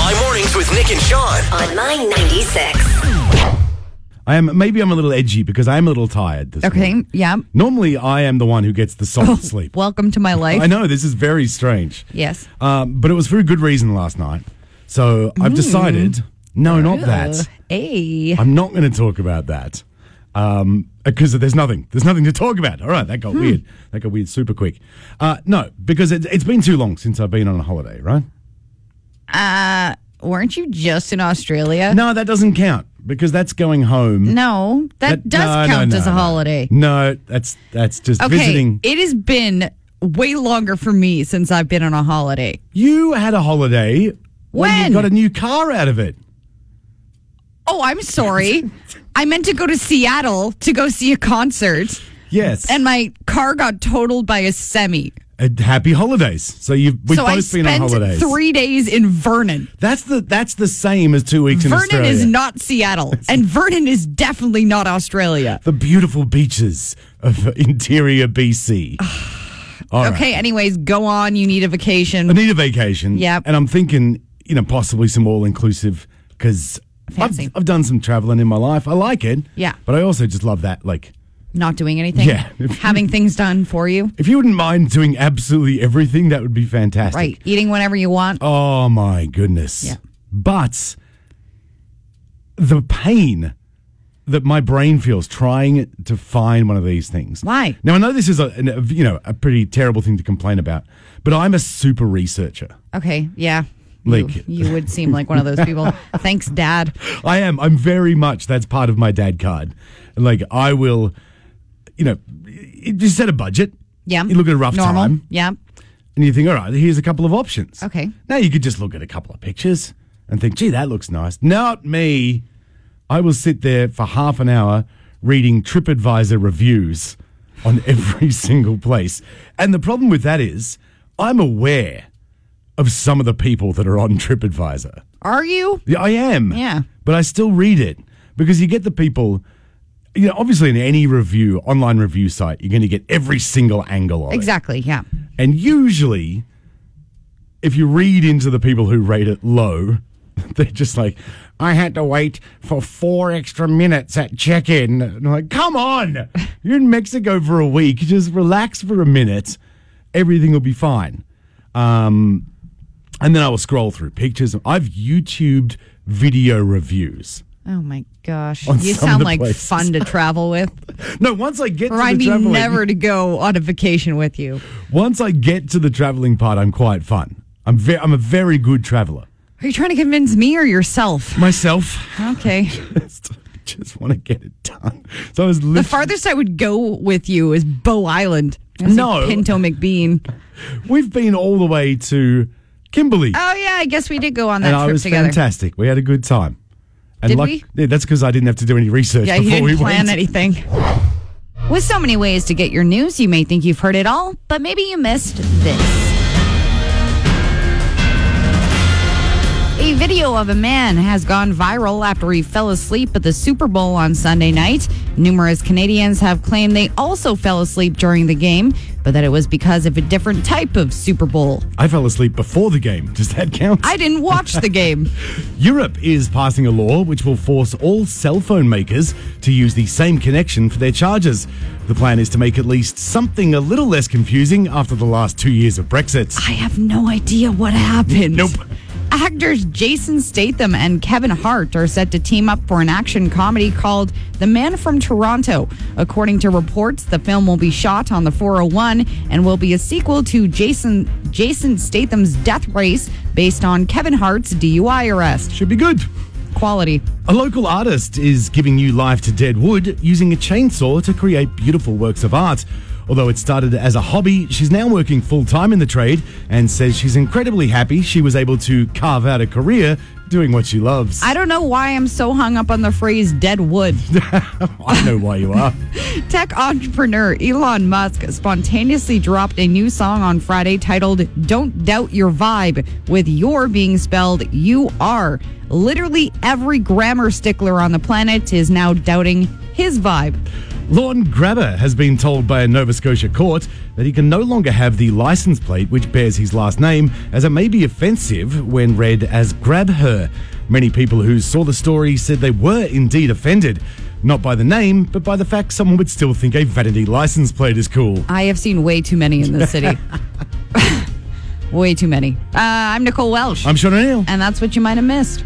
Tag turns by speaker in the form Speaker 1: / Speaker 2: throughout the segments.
Speaker 1: Breakfast with Nick and Sean.
Speaker 2: on my 96.
Speaker 3: I am maybe I'm a little edgy because I'm a little tired this
Speaker 4: Okay, Oh,
Speaker 3: morning.
Speaker 4: yeah.
Speaker 3: Normally I am the one who gets the solid sleep.
Speaker 4: Welcome to my life.
Speaker 3: I know this is very strange.
Speaker 4: Yes.
Speaker 3: Um, but it was for a good reason last night. So
Speaker 4: Mm.
Speaker 3: I've decided no, not that.
Speaker 4: Hey.
Speaker 3: I'm not going to talk about that um, because there's nothing. There's nothing to talk about. All right, that
Speaker 4: Hmm.
Speaker 3: got weird. That got weird super quick. Uh, no, because it, it's been too long since I've been on a holiday, right?
Speaker 4: Weren't you just in Australia?
Speaker 3: No, that doesn't count because that's going home.
Speaker 4: No, that, does
Speaker 3: no,
Speaker 4: count
Speaker 3: no,
Speaker 4: as a
Speaker 3: no.
Speaker 4: holiday.
Speaker 3: No, that's that's just
Speaker 4: Okay,
Speaker 3: visiting.
Speaker 4: it has been way longer for me since I've been on a holiday.
Speaker 3: You had a holiday you
Speaker 4: When?
Speaker 3: got a new car out of it.
Speaker 4: Oh, I'm sorry. I meant to go to Seattle to go see a concert,
Speaker 3: Yes.
Speaker 4: and my car got totaled by a semi.
Speaker 3: and happy holidays. So you've we've
Speaker 4: so
Speaker 3: both
Speaker 4: I
Speaker 3: been on
Speaker 4: spent
Speaker 3: holidays.
Speaker 4: three days in Vernon.
Speaker 3: That's the that's the same as two weeks in
Speaker 4: Vernon
Speaker 3: Australia.
Speaker 4: is not Seattle, and Vernon is definitely not Australia.
Speaker 3: the beautiful beaches of interior BC. All right.
Speaker 4: Okay, anyways, go on. You need a vacation.
Speaker 3: I need a vacation.
Speaker 4: Yep.
Speaker 3: And I'm thinking, you know, possibly some all inclusive because I've,
Speaker 4: Fancy.
Speaker 3: I've done some traveling in my life. I like it.
Speaker 4: Yeah.
Speaker 3: But I also just love that. Like,
Speaker 4: not doing anything.
Speaker 3: Yeah.
Speaker 4: Having things done for you.
Speaker 3: if you wouldn't mind doing absolutely everything, that would be fantastic.
Speaker 4: Right. Eating whenever you want.
Speaker 3: Oh my goodness.
Speaker 4: Yeah.
Speaker 3: But the pain that my brain feels trying to find one of these things.
Speaker 4: Why?
Speaker 3: Now I know this is a, an- a you know a pretty terrible thing to complain about, but I'm a super researcher.
Speaker 4: Okay. Yeah.
Speaker 3: Oh. Like-
Speaker 4: you, you would seem like one of those people. Thanks, Dad.
Speaker 3: I am. I'm very much. That's part of my dad card. Like I will, you know, you just set a budget.
Speaker 4: Yeah.
Speaker 3: You look at a rough
Speaker 4: Normal.
Speaker 3: time.
Speaker 4: Yeah.
Speaker 3: And you think, all right, here's a couple of options.
Speaker 4: Okay.
Speaker 3: Now you could just look at a couple of pictures and think, gee, that looks nice. Not me. I will sit there for half an hour reading TripAdvisor reviews on every single place. And the problem with that is, I'm aware of some of the people that are on TripAdvisor.
Speaker 4: Are you?
Speaker 3: Yeah, I am.
Speaker 4: Yeah.
Speaker 3: But I still read it because you get the people. You know, obviously, in any review, online review site, you're going to get every single angle of it.
Speaker 4: Exactly. Yeah.
Speaker 3: And usually, if you read into the people who rate it low, they're just like, I had to wait for four extra minutes at check in. And I'm like, come on, you're in Mexico for a week. Just relax for a minute. Everything will be fine. Um, and then I will scroll through pictures. I've YouTubed video reviews.
Speaker 4: Oh my gosh.
Speaker 3: On some
Speaker 4: you
Speaker 3: of
Speaker 4: sound
Speaker 3: the
Speaker 4: like
Speaker 3: places.
Speaker 4: fun to travel with.
Speaker 3: No, once I get to
Speaker 4: Remind me
Speaker 3: the traveling,
Speaker 4: never to go on a vacation with you.
Speaker 3: once I get to the traveling part, I'm quite fun. I'm ve- I'm a very good traveler
Speaker 4: Are you trying to convince me or yourself?
Speaker 3: myself.
Speaker 4: Okay.
Speaker 3: just, just want to get it done. So I was
Speaker 4: The
Speaker 3: literally,
Speaker 4: farthest I would go with you is Bow Island. I was
Speaker 3: No.
Speaker 4: like, Pinto McBean.
Speaker 3: we've been all the way to Kimberley,
Speaker 4: Oh yeah, I guess we did go on that
Speaker 3: and I
Speaker 4: trip
Speaker 3: was
Speaker 4: together.
Speaker 3: fantastic. We had a good time. And
Speaker 4: Did
Speaker 3: luck-
Speaker 4: we?
Speaker 3: Yeah, that's because I didn't have to do any research
Speaker 4: Yeah, you
Speaker 3: before
Speaker 4: didn't
Speaker 3: we
Speaker 4: plan
Speaker 3: went.
Speaker 4: anything. With so many ways to get your news, you may think you've heard it all, but maybe you missed this. A video of a man has gone viral after he fell asleep at the Super Bowl on Sunday night. Numerous Canadians have claimed they also fell asleep during the game, but that it was because of a different type of Super Bowl.
Speaker 3: I fell asleep before the game. Does that count?
Speaker 4: I didn't watch the game.
Speaker 3: Europe is passing a law which will force all cell phone makers to use the same connection for their chargers. The plan is to make at least something a little less confusing after the last two years of Brexit.
Speaker 4: I have no idea what happened.
Speaker 3: Nope.
Speaker 4: Actors Jason Statham and Kevin Hart are set to team up for an action comedy called The Man from Toronto. According to reports, the film will be shot on the 401 and will be a sequel to Jason Jason Statham's Death Race based on Kevin Hart's DUI arrest.
Speaker 3: Should be good.
Speaker 4: Quality.
Speaker 3: A local artist is giving new life to dead wood using a chainsaw to create beautiful works of art. Although it started as a hobby, she's now working full time in the trade and says she's incredibly happy she was able to carve out a career doing what she loves.
Speaker 4: I don't know why I'm so hung up on the phrase dead wood.
Speaker 3: I know why you are.
Speaker 4: Tech entrepreneur Elon Musk spontaneously dropped a new song on Friday titled Don't Doubt Your Vibe, with your being spelled you are. Literally every grammar stickler on the planet is now doubting his vibe.
Speaker 3: Lorne Grabber has been told by a Nova Scotia court that he can no longer have the license plate which bears his last name, as it may be offensive when read as Grab Her. Many people who saw the story said they were indeed offended, not by the name, but by the fact someone would still think a vanity license plate is cool.
Speaker 4: I have seen way too many in this city. way too many. Uh, I'm Nicole Welsh.
Speaker 3: I'm Sean O'Neill.
Speaker 4: and that's what you might have missed.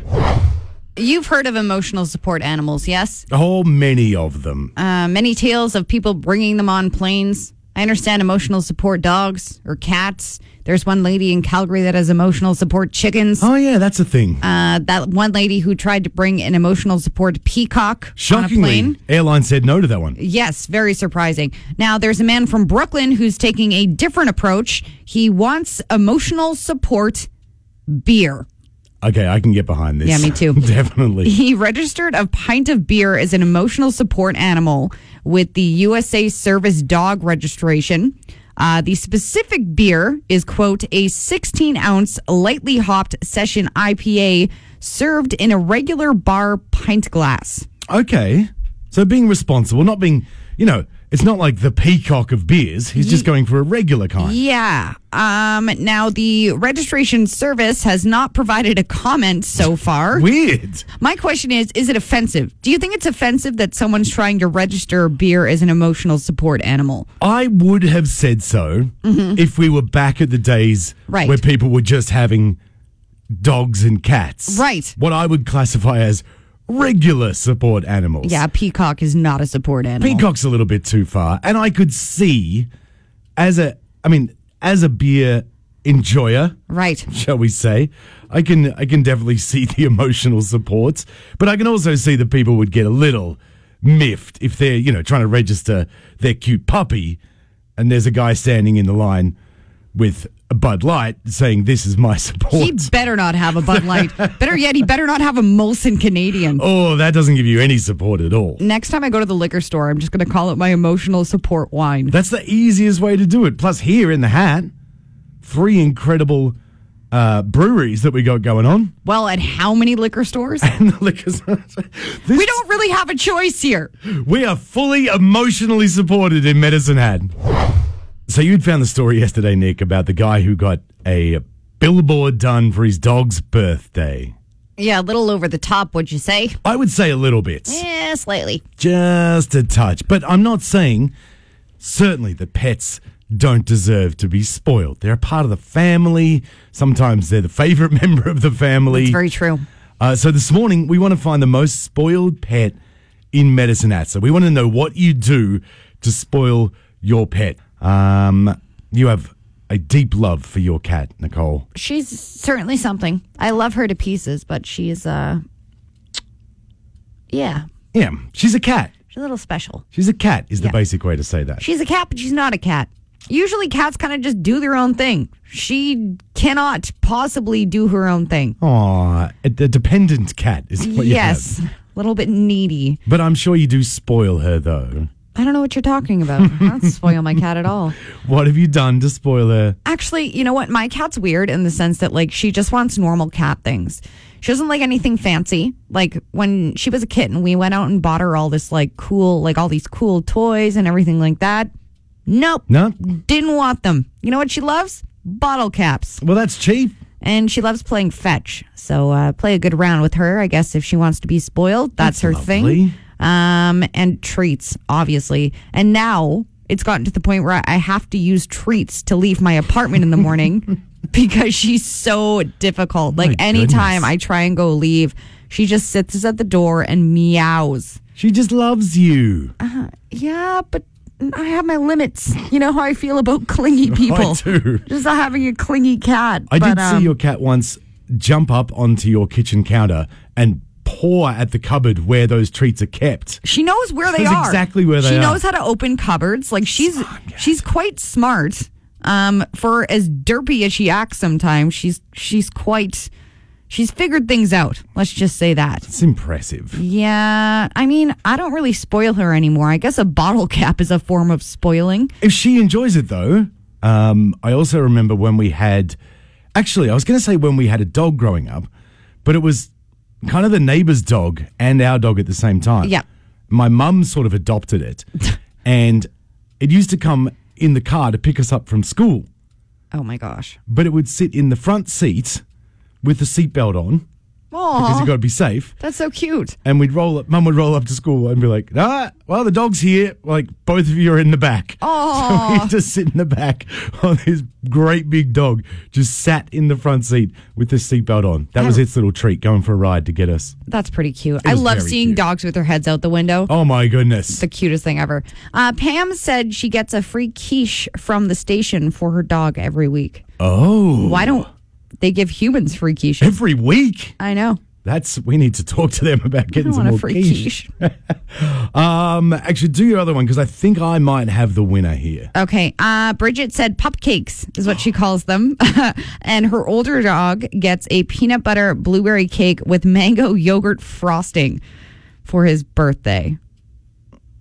Speaker 4: You've heard of emotional support animals, yes?
Speaker 3: Oh, many of them.
Speaker 4: Uh, many tales of people bringing them on planes. I understand emotional support dogs or cats. There's one lady in Calgary that has emotional support chickens.
Speaker 3: Oh, yeah, that's a thing.
Speaker 4: Uh, that one lady who tried to bring an emotional support peacock on a
Speaker 3: Shockingly,
Speaker 4: plane.
Speaker 3: airline said no to that one.
Speaker 4: Yes, very surprising. Now, there's a man from Brooklyn who's taking a different approach. He wants emotional support beer.
Speaker 3: Okay, I can get behind this.
Speaker 4: Yeah, me too.
Speaker 3: Definitely.
Speaker 4: He registered a pint of beer as an emotional support animal with the USA Service Dog Registration. Uh, the specific beer is, quote, a 16 ounce lightly hopped session IPA served in a regular bar pint glass.
Speaker 3: Okay. So being responsible, not being, you know, it's not like the peacock of beers. He's just going for a regular kind.
Speaker 4: Yeah. Um, now, the registration service has not provided a comment so far.
Speaker 3: Weird.
Speaker 4: My question is Is it offensive? Do you think it's offensive that someone's trying to register beer as an emotional support animal?
Speaker 3: I would have said so if we were back at the days
Speaker 4: Mm-hmm. Right.
Speaker 3: where people were just having dogs and cats.
Speaker 4: Right.
Speaker 3: What I would classify as regular support animals.
Speaker 4: Yeah, a peacock is not a support animal.
Speaker 3: Peacock's a little bit too far, and I could see as a, I mean, as a beer enjoyer,
Speaker 4: Right.
Speaker 3: shall we say, I can I can definitely see the emotional support, but I can also see that people would get a little miffed if they're you know trying to register their cute puppy, and there's a guy standing in the line with a Bud Light saying, "This is my support."
Speaker 4: He better not have a Bud Light. better yet, he better not have a Molson Canadian.
Speaker 3: oh, that doesn't give you any support at all.
Speaker 4: Next time I go to the liquor store, I'm just going to call it my emotional support wine.
Speaker 3: That's the easiest way to do it. Plus, here in the hat, three incredible uh, breweries that we got going on.
Speaker 4: Well, at how many liquor stores?
Speaker 3: And the liquors.
Speaker 4: we
Speaker 3: this,
Speaker 4: don't really have a choice here.
Speaker 3: we are fully emotionally supported in Medicine Hat. So, you'd found the story yesterday, Nick, about the guy who got a billboard done for his dog's birthday.
Speaker 4: Yeah, a little over the top, would you say?
Speaker 3: I would say a little bit.
Speaker 4: Yeah, Eh, slightly.
Speaker 3: just a touch. But I'm not saying certainly the pets don't deserve to be spoiled. They're a part of the family. Sometimes they're the favorite member of the family.
Speaker 4: It's very true.
Speaker 3: Uh, so this morning we want to find the most spoiled pet in Medicine Hat. So we want to know what you do to spoil your pet. Um, you have a deep love for your cat, Nicole.
Speaker 4: She's certainly something. I love her to pieces, but she's, uh, yeah,
Speaker 3: Yeah, she's a cat.
Speaker 4: she's a little special.
Speaker 3: She's a cat is the
Speaker 4: Yeah.
Speaker 3: basic way to say that.
Speaker 4: She's a cat, but she's not a cat. Usually cats kind of just do their own thing. She cannot possibly do her own thing.
Speaker 3: Aw, a, a dependent cat is what you have.
Speaker 4: yes. A little bit needy.
Speaker 3: But I'm sure you do spoil her, though.
Speaker 4: I don't know what you're talking about. I don't spoil my cat at all.
Speaker 3: What have you done to spoil her?
Speaker 4: Actually, you know what? My cat's weird in the sense that like she just wants normal cat things. She doesn't like anything fancy. Like when she was a kitten, we went out and bought her all this like cool, like all these cool toys and everything like that. Nope.
Speaker 3: No?
Speaker 4: Didn't want them. You know what she loves? Bottle caps.
Speaker 3: Well, that's cheap.
Speaker 4: and she loves playing fetch. So uh, play a good round with her, I guess, if she wants to be spoiled. That's, her
Speaker 3: lovely.
Speaker 4: thing. Um, and treats, obviously. And now it's gotten to the point where I have to use treats to leave my apartment in the morning because she's so difficult. Like
Speaker 3: My
Speaker 4: anytime
Speaker 3: goodness.
Speaker 4: I try and go leave, she just sits at the door and meows.
Speaker 3: She just loves you.
Speaker 4: Yeah, but I have my limits. You know how I feel about clingy people.
Speaker 3: do.
Speaker 4: Just not having a clingy cat.
Speaker 3: I
Speaker 4: but,
Speaker 3: did
Speaker 4: um,
Speaker 3: see your cat once jump up onto your kitchen counter and paw at the cupboard where those treats are kept.
Speaker 4: She knows where they
Speaker 3: knows
Speaker 4: are.
Speaker 3: exactly where they
Speaker 4: she
Speaker 3: are.
Speaker 4: knows how to open cupboards. Like she's she's quite smart. Um, for as derpy as she acts sometimes, she's she's quite she's figured things out. Let's just say that.
Speaker 3: It's impressive.
Speaker 4: Yeah, I mean, I don't really spoil her anymore. I guess a bottle cap is a form of spoiling.
Speaker 3: If she enjoys it, though, um, I also remember when we had. Actually, I was going to say when we had a dog growing up, but it was kind of the neighbor's dog and our dog at the same time.
Speaker 4: Yeah.
Speaker 3: my mum sort of adopted it, and it used to come in the car to pick us up from school,
Speaker 4: Oh my gosh.
Speaker 3: but it would sit in the front seat with the seatbelt on because
Speaker 4: Oh,
Speaker 3: you got to be safe.
Speaker 4: that's so cute.
Speaker 3: And we'd roll up, mum would roll up to school and be like, ah, well, the dog's here. Like, both of you are in the back.
Speaker 4: Aw.
Speaker 3: So we just sit in the back on this great big dog, just sat in the front seat with the seatbelt on. That was its little treat going for a ride to get us.
Speaker 4: That's pretty cute. I
Speaker 3: was
Speaker 4: love
Speaker 3: very
Speaker 4: seeing
Speaker 3: cute.
Speaker 4: dogs with their heads out the window.
Speaker 3: Oh my goodness.
Speaker 4: The cutest thing ever. Uh, Pam said she gets a free quiche from the station for her dog every week.
Speaker 3: oh.
Speaker 4: Why don't they give humans free quiches?
Speaker 3: Every week.
Speaker 4: I know.
Speaker 3: That's, we need to talk to them about
Speaker 4: I
Speaker 3: getting
Speaker 4: don't
Speaker 3: some
Speaker 4: want a
Speaker 3: more
Speaker 4: free
Speaker 3: quiche.
Speaker 4: quiche.
Speaker 3: Um, actually, do your other one because I think I might have the winner here.
Speaker 4: Okay. Uh, Bridget said pupcakes is what she calls them. and her older dog gets a peanut butter blueberry cake with mango yogurt frosting for his birthday.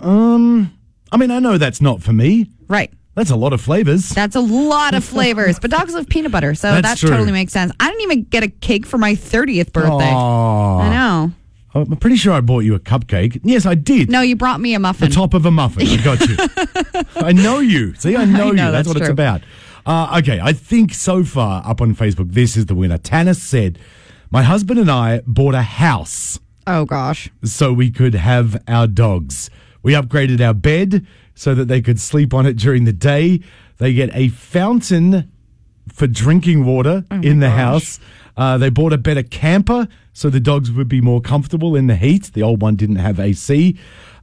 Speaker 3: I mean, I know that's not for me.
Speaker 4: Right.
Speaker 3: That's a lot of flavors.
Speaker 4: That's a lot of flavors, but dogs love peanut butter, so
Speaker 3: That's
Speaker 4: that
Speaker 3: true.
Speaker 4: totally makes sense. I didn't even get a cake for my 30th birthday.
Speaker 3: Aw.
Speaker 4: I know.
Speaker 3: I'm pretty sure I bought you a cupcake. Yes, I did.
Speaker 4: No, you brought me a muffin.
Speaker 3: The top of a muffin. I got you. I know you. See, I know,
Speaker 4: know,
Speaker 3: you. That's,
Speaker 4: that's
Speaker 3: what it's
Speaker 4: true.
Speaker 3: about. Uh, okay, I think so far up on Facebook, this is the winner. Tanis said, My husband and I bought a house
Speaker 4: oh, gosh.
Speaker 3: so we could have our dogs. We upgraded our bed so that they could sleep on it during the day. They get a fountain for drinking water in the house. Uh, they bought a better camper so the dogs would be more comfortable in the heat. The old one didn't have AC.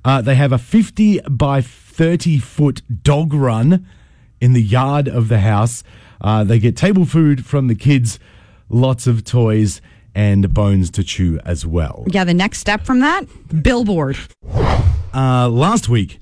Speaker 3: Uh, they have a 50 by 30 foot dog run in the yard of the house. Uh, they get table food from the kids, lots of toys, and bones to chew as well.
Speaker 4: Yeah, the next step from that billboard.
Speaker 3: Uh, last week,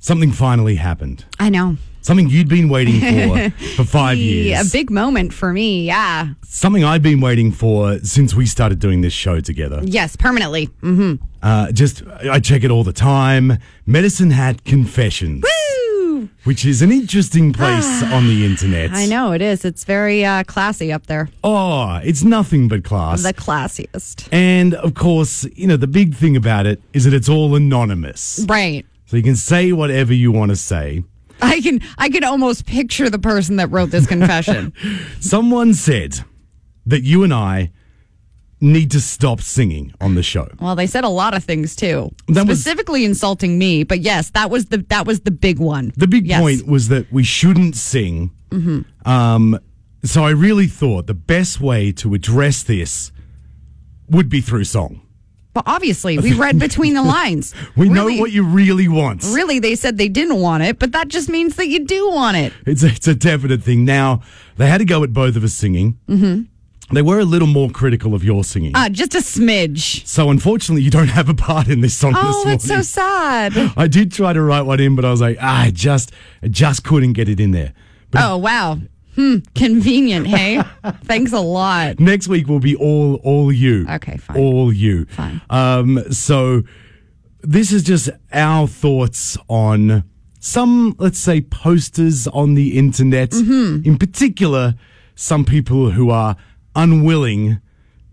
Speaker 3: something finally happened.
Speaker 4: I know.
Speaker 3: Something you'd been waiting for for five
Speaker 4: Yeah,
Speaker 3: years.
Speaker 4: A big moment for me. Yeah.
Speaker 3: something I'd been waiting for since we started doing this show together.
Speaker 4: Yes, permanently. Mm-hmm.
Speaker 3: Uh, just, I check it all the time. Medicine Hat Confessions,
Speaker 4: Woo! Ah,
Speaker 3: which is an interesting place on the internet.
Speaker 4: I know it is. It's very uh, classy up there.
Speaker 3: Oh, it's nothing but class.
Speaker 4: The classiest.
Speaker 3: and of course, you know, the big thing about it is that it's all anonymous.
Speaker 4: Right.
Speaker 3: So you can say whatever you want to say.
Speaker 4: I can I can almost picture the person that wrote this confession.
Speaker 3: Someone said that you and I need to stop singing on the show.
Speaker 4: well, they said a lot of things too.
Speaker 3: That was-
Speaker 4: Specifically insulting me, but yes, that was the that was the big one.
Speaker 3: The big
Speaker 4: Yes. Mm-hmm.
Speaker 3: point was that we shouldn't sing. Um, so I really thought the best way to address this would be through song.
Speaker 4: But obviously, we read between the lines.
Speaker 3: We
Speaker 4: Really-
Speaker 3: know what you really want.
Speaker 4: Really, they said they didn't want it, but that just means that you do want it.
Speaker 3: It's a, it's a definite thing. Now they had to go at both of us singing. Mm-hmm. They were a little more critical of your singing.
Speaker 4: Uh, just a smidge.
Speaker 3: so unfortunately, you don't have a part in this song.
Speaker 4: Oh,
Speaker 3: this
Speaker 4: that's so
Speaker 3: morning.
Speaker 4: sad.
Speaker 3: I did try to write one in, but I was like, ah, I just, I just couldn't get it in there. But
Speaker 4: Oh, wow. Hmm. Convenient, hey? Thanks a lot.
Speaker 3: next week will be all, all you.
Speaker 4: Okay, fine.
Speaker 3: All you.
Speaker 4: Fine.
Speaker 3: Um, so this is just our thoughts on some, let's say, posters on the internet.
Speaker 4: Mm-hmm.
Speaker 3: In particular, some people who are unwilling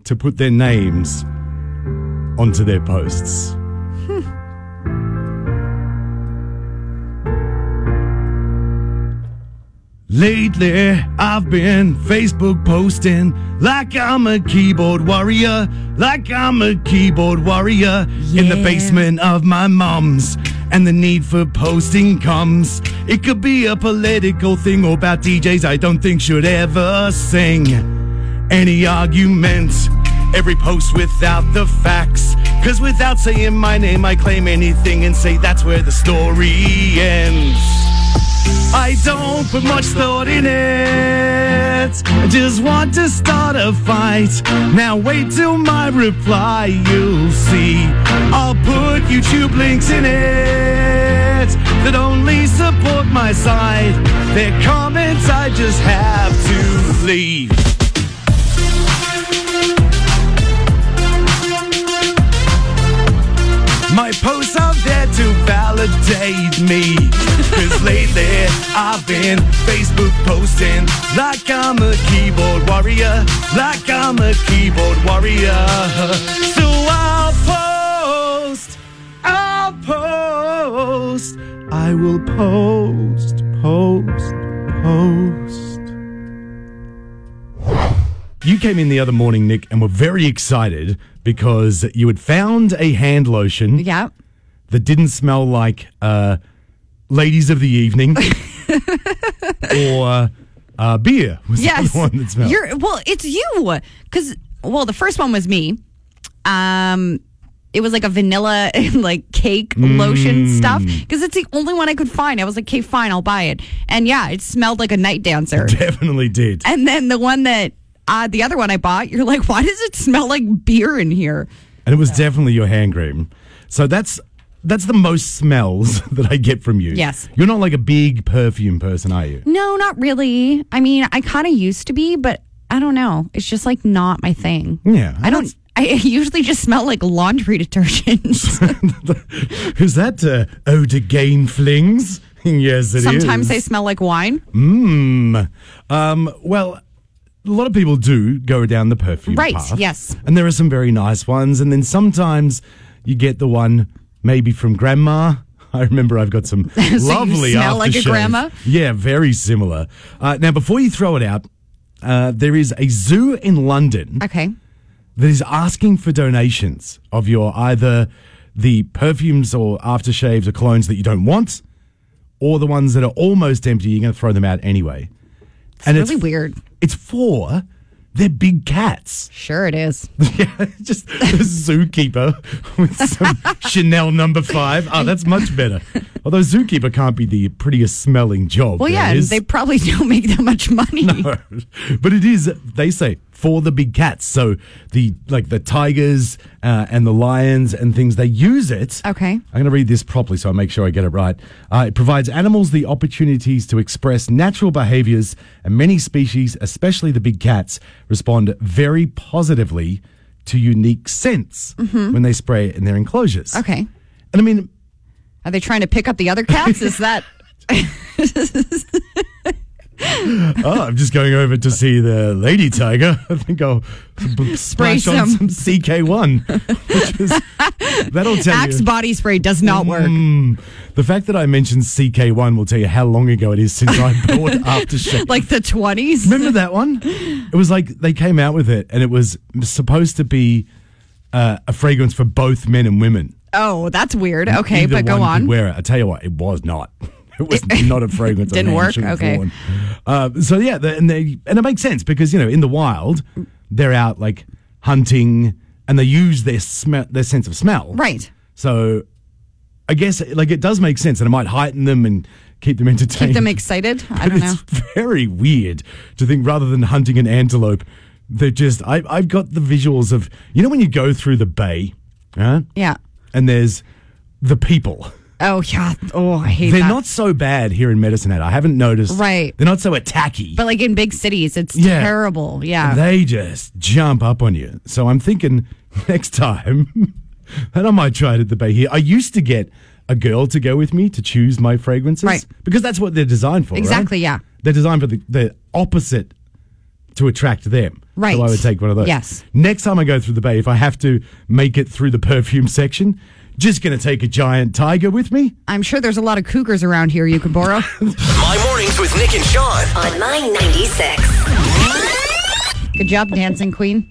Speaker 3: to put their names onto their posts. Lately, I've been Facebook posting like I'm a keyboard warrior, like I'm a keyboard warrior in the
Speaker 4: Yeah.
Speaker 3: basement of my mom's. And the need for posting comes. It could be a political thing or about DJs I don't think should ever sing any argument. Every post without the facts. Cause without saying my name, I claim anything and say that's where the story ends. I don't put much thought in it. I just want to start a fight. Now wait till my reply, you'll see. I'll put YouTube links in it that only support my side. Their comments I just have to leave. My posts are there to validate me. Cause lately I've been Facebook posting like I'm a keyboard warrior, like I'm a keyboard warrior. So I'll post, I'll
Speaker 1: I will post, post, post.
Speaker 3: You came in the other morning, Nick, and were very excited because you had found a hand lotion
Speaker 4: Yeah.
Speaker 3: that didn't smell like uh, ladies of the evening or uh, beer. Was the
Speaker 4: Yes.
Speaker 3: other one that smelled.
Speaker 4: You're well, it's you. Cause well, the first one was me. Um it was like a vanilla like cake lotion
Speaker 3: Mm.
Speaker 4: stuff because it's the only one I could find. I was like, okay, fine, I'll buy it. And yeah, it smelled like a night dancer.
Speaker 3: Definitely did.
Speaker 4: and then the one that uh, the other one I bought, you're like, why does it smell like beer in here?
Speaker 3: And it was definitely your hand cream. So that's that's the most smells that I get from you.
Speaker 4: Yes.
Speaker 3: You're not like a big perfume person, are you?
Speaker 4: No, not really. I mean, I kind of used to be, but I don't know. It's just like not my thing.
Speaker 3: Yeah,
Speaker 4: I don't.
Speaker 3: that's-
Speaker 4: I usually just smell like laundry detergent.
Speaker 3: Is that uh, eau de game flings? yes, it is.
Speaker 4: Sometimes they smell like wine.
Speaker 3: Mm. Um, well, a lot of people do go down the perfume
Speaker 4: Right,
Speaker 3: path.
Speaker 4: yes.
Speaker 3: And there are some very nice ones. And then sometimes you get the one maybe from grandma. I remember I've got some
Speaker 4: you
Speaker 3: lovely
Speaker 4: smell like a
Speaker 3: aftershave.
Speaker 4: grandma?
Speaker 3: Yeah, very similar. Uh, now, before you throw it out, uh, there is a zoo in London
Speaker 4: Okay.
Speaker 3: that is asking for donations of your either the perfumes or aftershaves or colognes that you don't want, or the ones that are almost empty, you're going to throw them out anyway. It's and
Speaker 4: really weird.
Speaker 3: It's for they're big cats.
Speaker 4: Sure, it is.
Speaker 3: yeah, just the zookeeper with some Chanel number five. Oh, that's much better. Although zookeeper can't be the prettiest smelling job.
Speaker 4: Well,
Speaker 3: there
Speaker 4: yeah, and
Speaker 3: is.
Speaker 4: they probably don't make that much money.
Speaker 3: but it is they say for the big cats so the like the tigers uh, and the lions and things they use it
Speaker 4: Okay.
Speaker 3: i'm going to read this properly so i make sure i get it right uh, it provides animals the opportunities to express natural behaviors and many species especially the big cats respond very positively to unique scents when they spray it in their enclosures
Speaker 4: Mm-hmm. Okay.
Speaker 3: and i mean
Speaker 4: Are they trying to pick up the other cats? Is that
Speaker 3: Oh, I'm just going over to see the lady tiger. I think I'll b-
Speaker 4: Spray
Speaker 3: splash on some
Speaker 4: some.
Speaker 3: CK1, which is that'll tell
Speaker 4: Axe
Speaker 3: you.
Speaker 4: body spray does not work?
Speaker 3: Mm, the fact that I mentioned CK1 will tell you how long ago it is since I bought aftershave.
Speaker 4: Like the 20s?
Speaker 3: Remember that one? It was like they came out with it, and it was supposed to be uh, a fragrance for both men and women.
Speaker 4: Oh, that's weird. Okay,
Speaker 3: Either
Speaker 4: but go
Speaker 3: one could
Speaker 4: on.
Speaker 3: Wear it. I tell you what, it was not. It was not a fragrance. I
Speaker 4: Didn't
Speaker 3: think
Speaker 4: work?
Speaker 3: should have
Speaker 4: Okay.
Speaker 3: worn. Uh, so yeah, the, and they and it makes sense because you know in the wild they're out like hunting and they use their smell, their sense of smell.
Speaker 4: Right.
Speaker 3: So I guess like it does make sense, and it might heighten them and keep them entertained.
Speaker 4: Keep them excited. I
Speaker 3: But
Speaker 4: don't know.
Speaker 3: it's very weird to think rather than hunting an antelope, they're just. I, I've got the visuals of you know when you go through the bay, huh?
Speaker 4: Yeah.
Speaker 3: and there's the people.
Speaker 4: Oh yeah. Oh, I hate
Speaker 3: They're
Speaker 4: that.
Speaker 3: not so bad here in Medicine Hat. I haven't noticed.
Speaker 4: Right.
Speaker 3: They're not so attacky.
Speaker 4: but like in big cities, it's
Speaker 3: Yeah.
Speaker 4: terrible. Yeah.
Speaker 3: they just jump up on you. So I'm thinking next time that I might try it at the Bay here. I used to get a girl to go with me to choose my fragrances.
Speaker 4: Right.
Speaker 3: Because that's what they're designed for. right?
Speaker 4: Exactly, yeah.
Speaker 3: They're designed for the, the opposite to attract them.
Speaker 4: Right.
Speaker 3: So I would take one of those.
Speaker 4: Yes.
Speaker 3: Next time I go through the bay, if I have to make it through the perfume section, just gonna take a giant tiger with me.
Speaker 4: I'm sure there's a lot of cougars around here you can borrow.
Speaker 5: My mornings with Nick and Sean.
Speaker 2: On my 96.
Speaker 4: Good job, dancing queen.